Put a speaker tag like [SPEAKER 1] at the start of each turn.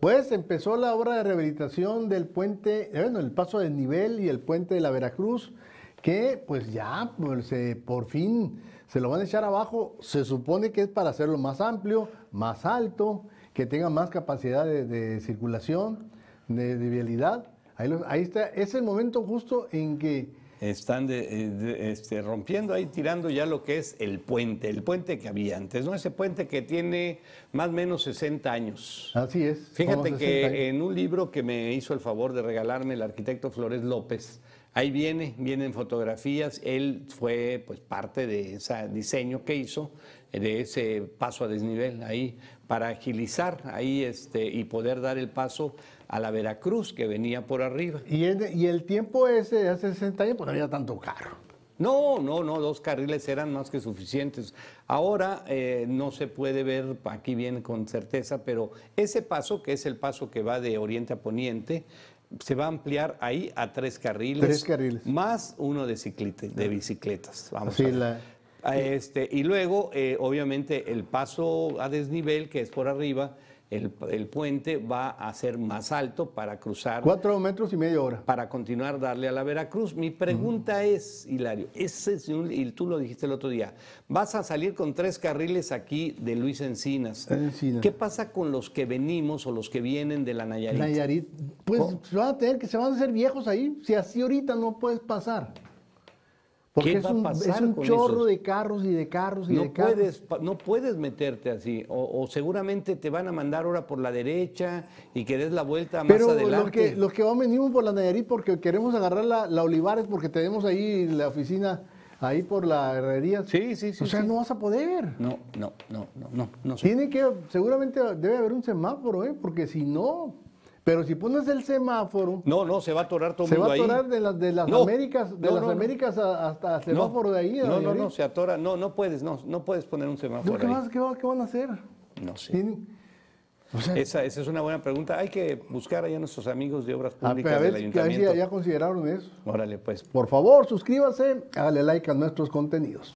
[SPEAKER 1] Pues empezó la obra de rehabilitación del puente, bueno, el paso del nivel y el puente de la Veracruz, que pues ya pues, eh, por fin se lo van a echar abajo. Se supone que es para hacerlo más amplio, más alto, que tenga más capacidad de, de circulación, de, de vialidad. Ahí, lo- ahí está, es el momento justo en que
[SPEAKER 2] Están de- eh, de- este, rompiendo ahí, tirando ya lo que es el puente, el puente que había antes, ¿no? Ese puente que tiene más o menos 60 años.
[SPEAKER 1] así es.
[SPEAKER 2] Fíjate
[SPEAKER 1] como 60 años.
[SPEAKER 2] que en un libro que me hizo el favor de regalarme el arquitecto Flores López, ahí viene, vienen fotografías, él fue pues parte de ese diseño que hizo, de ese paso a desnivel ahí, para agilizar ahí este, y poder dar el paso a la Veracruz que venía por arriba.
[SPEAKER 1] Y, es de- y el tiempo ese de hace 60 años, pues no había tanto carro.
[SPEAKER 2] No, no, no, dos carriles eran más que suficientes. Ahora eh, no se puede ver aquí bien con certeza, pero ese paso, que es el paso que va de oriente a poniente, se va a ampliar ahí a tres carriles.
[SPEAKER 1] Tres carriles.
[SPEAKER 2] Más uno de, ciclite- de bicicletas. Vamos
[SPEAKER 1] Así
[SPEAKER 2] a ver.
[SPEAKER 1] la-
[SPEAKER 2] Ah, Este, y luego, eh, obviamente, el paso a desnivel, que es por arriba, el, el puente va a ser más alto para cruzar
[SPEAKER 1] Cuatro metros y media hora.
[SPEAKER 2] para continuar darle a la Veracruz. Mi pregunta es, Hilario, ese es un- y tú lo dijiste el otro día, vas a salir con tres carriles aquí de Luis Encinas.
[SPEAKER 1] Encinas.
[SPEAKER 2] ¿Qué pasa con los que venimos o los que vienen de la Nayarit?
[SPEAKER 1] Nayarit, pues
[SPEAKER 2] ¿Cómo?
[SPEAKER 1] se van a tener que se van a hacer viejos ahí. Si así ahorita no puedes pasar.
[SPEAKER 2] ¿Qué
[SPEAKER 1] Porque es
[SPEAKER 2] va a
[SPEAKER 1] un,
[SPEAKER 2] pasar
[SPEAKER 1] es un
[SPEAKER 2] con
[SPEAKER 1] chorro
[SPEAKER 2] esos?
[SPEAKER 1] de carros y de carros y
[SPEAKER 2] No
[SPEAKER 1] de carros.
[SPEAKER 2] puedes, pa- no puedes meterte así, o, o seguramente te van a mandar ahora por la derecha y que des la vuelta más
[SPEAKER 1] Pero
[SPEAKER 2] adelante.
[SPEAKER 1] los que, los que van venimos por la Nayarit porque queremos agarrar la, la Olivares porque tenemos ahí la oficina ahí por la herrería.
[SPEAKER 2] Sí, sí, sí,
[SPEAKER 1] O sea,
[SPEAKER 2] sí.
[SPEAKER 1] no vas a poder.
[SPEAKER 2] No, no, no, no, no, no sé.
[SPEAKER 1] Tiene que, seguramente debe haber un semáforo, ¿eh? porque si no, pero si pones el semáforo,
[SPEAKER 2] No, no, se va a atorar todo el
[SPEAKER 1] se va
[SPEAKER 2] mundo
[SPEAKER 1] a
[SPEAKER 2] ahí.
[SPEAKER 1] atorar de las, de las
[SPEAKER 2] No,
[SPEAKER 1] Américas, de
[SPEAKER 2] no,
[SPEAKER 1] las
[SPEAKER 2] no, no.
[SPEAKER 1] Américas a- hasta el
[SPEAKER 2] No,
[SPEAKER 1] semáforo de ahí. de
[SPEAKER 2] No, no,
[SPEAKER 1] Nayarit.
[SPEAKER 2] no, se atora. No, no puedes, no, no puedes poner un semáforo.
[SPEAKER 1] ¿Qué,
[SPEAKER 2] ahí.
[SPEAKER 1] vas- qué va- qué van a hacer?
[SPEAKER 2] No sé.
[SPEAKER 1] Tienen- o sea,
[SPEAKER 2] Esa, esa es una buena pregunta. Hay que buscar allá a nuestros amigos de obras
[SPEAKER 1] Ah, a,
[SPEAKER 2] públicas
[SPEAKER 1] a ver,
[SPEAKER 2] del
[SPEAKER 1] que a ver si
[SPEAKER 2] ayuntamiento.
[SPEAKER 1] ya consideraron eso.
[SPEAKER 2] Órale, pues.
[SPEAKER 1] Por favor, suscríbase, hágale like a nuestros contenidos.